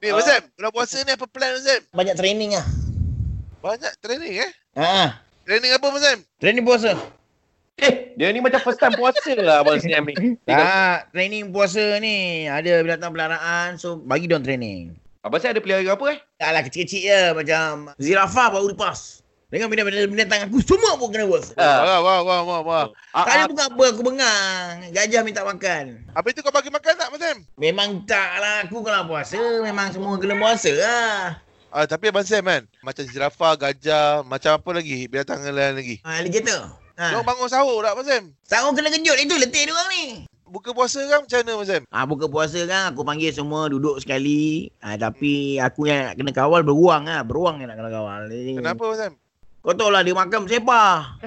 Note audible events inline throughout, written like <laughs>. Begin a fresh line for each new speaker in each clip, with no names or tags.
Ni, uh, Azam, bulan puasa ni apa plan Azam?
Banyak training lah.
Banyak training eh?
Ha.
Training apa Azam?
Training puasa.
Eh, dia ni macam first time puasa lah Abang Siniam
Ha?
ni. Tiga-
Tak, Ah, training puasa ni ada binatang peliharaan so bagi dia training.
Abang Siniam ada pelihara apa eh?
Taklah kecil-kecil je macam zirafah baru lepas. Dengan binatang-binatang aku semua pun kena puasa.
Wah,
Ah,
wah, wah, wah, wah.
Ha. Tak ada
ah,
bukan apa, aku bengang. Gajah minta makan.
Habis tu kau bagi makan tak Azam?
Memang tak lah, aku kalau puasa, memang semua kena puasa lah.
Ah, tapi Abang Sam kan, macam zirafah, gajah, macam apa lagi, binatang lain lagi.
Ha, alligator.
Ha.
Ha.
bangun sahur tak Abang Sam?
Sahur kena kejut, itu letih dia orang ni.
Buka puasa kan macam mana Abang Sam?
Ah ha, buka puasa kan aku panggil semua duduk sekali. Ah ha, tapi aku yang nak kena kawal beruang ah, ha. beruang yang nak kena kawal. Jadi,
Kenapa Abang Sam?
Kau tahu lah dia makan sepah.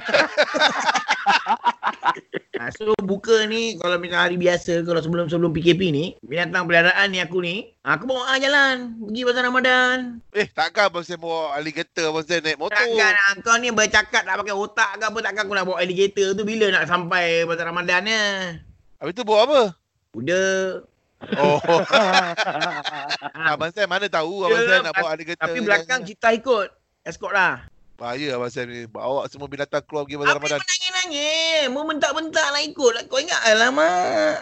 ha, so buka ni kalau macam hari biasa kalau sebelum-sebelum PKP ni binatang peliharaan ni aku ni aku bawa ah, jalan pergi pasar Ramadan.
Eh, takkan Abang Sam bawa alligator Abang Sam naik motor?
Takkan ah, kau ni bercakap tak pakai otak ke apa takkan aku nak bawa alligator tu bila nak sampai pasar Ramadan ni.
Habis tu bawa apa?
Udah
Oh, <laughs>
ha,
Abang Sam mana tahu Abang
Ya,
Sam nak
tapi-
bawa alligator.
tapi
ke
belakang
jangan.
kita ikut escort lah.
Bahaya Abang Sam ni. Bawa semua binatang keluar pergi pasar
Apa
Ramadan.
yang menangis-nangis? Mu bentak-bentak lah ikut lah. Kau ingat? Alamak.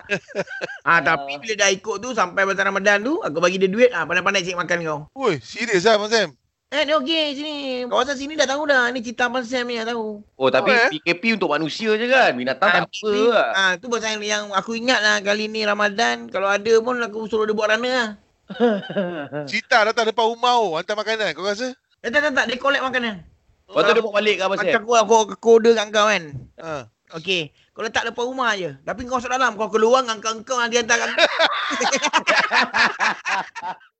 ah, tapi bila dah ikut tu sampai pasal Ramadan tu, aku bagi dia duit, ah pandai-pandai cik makan kau.
Woi, serius lah Abang Sam?
Eh, dia okey sini. Kawasan sini dah tahu dah. Ni cerita Abang Sam ni dah tahu.
Oh, tapi
Apa, eh?
PKP untuk manusia je kan? Binatang tak apa lah.
Ah, tu pasal yang aku ingat lah kali ni Ramadan. Kalau ada pun aku suruh dia buat rana lah.
Cita datang depan rumah oh, hantar makanan. Kau rasa?
Eh, tak, tak, tak. Dia collect makanan.
Lepas tu dia bawa balik ke Abang
Macam
Sam?
aku, aku, aku order kat kau kan.
Ha.
Okey. Kau letak depan rumah je. Tapi kau masuk dalam. Kau keluar dengan kau-kau yang dia hantar kat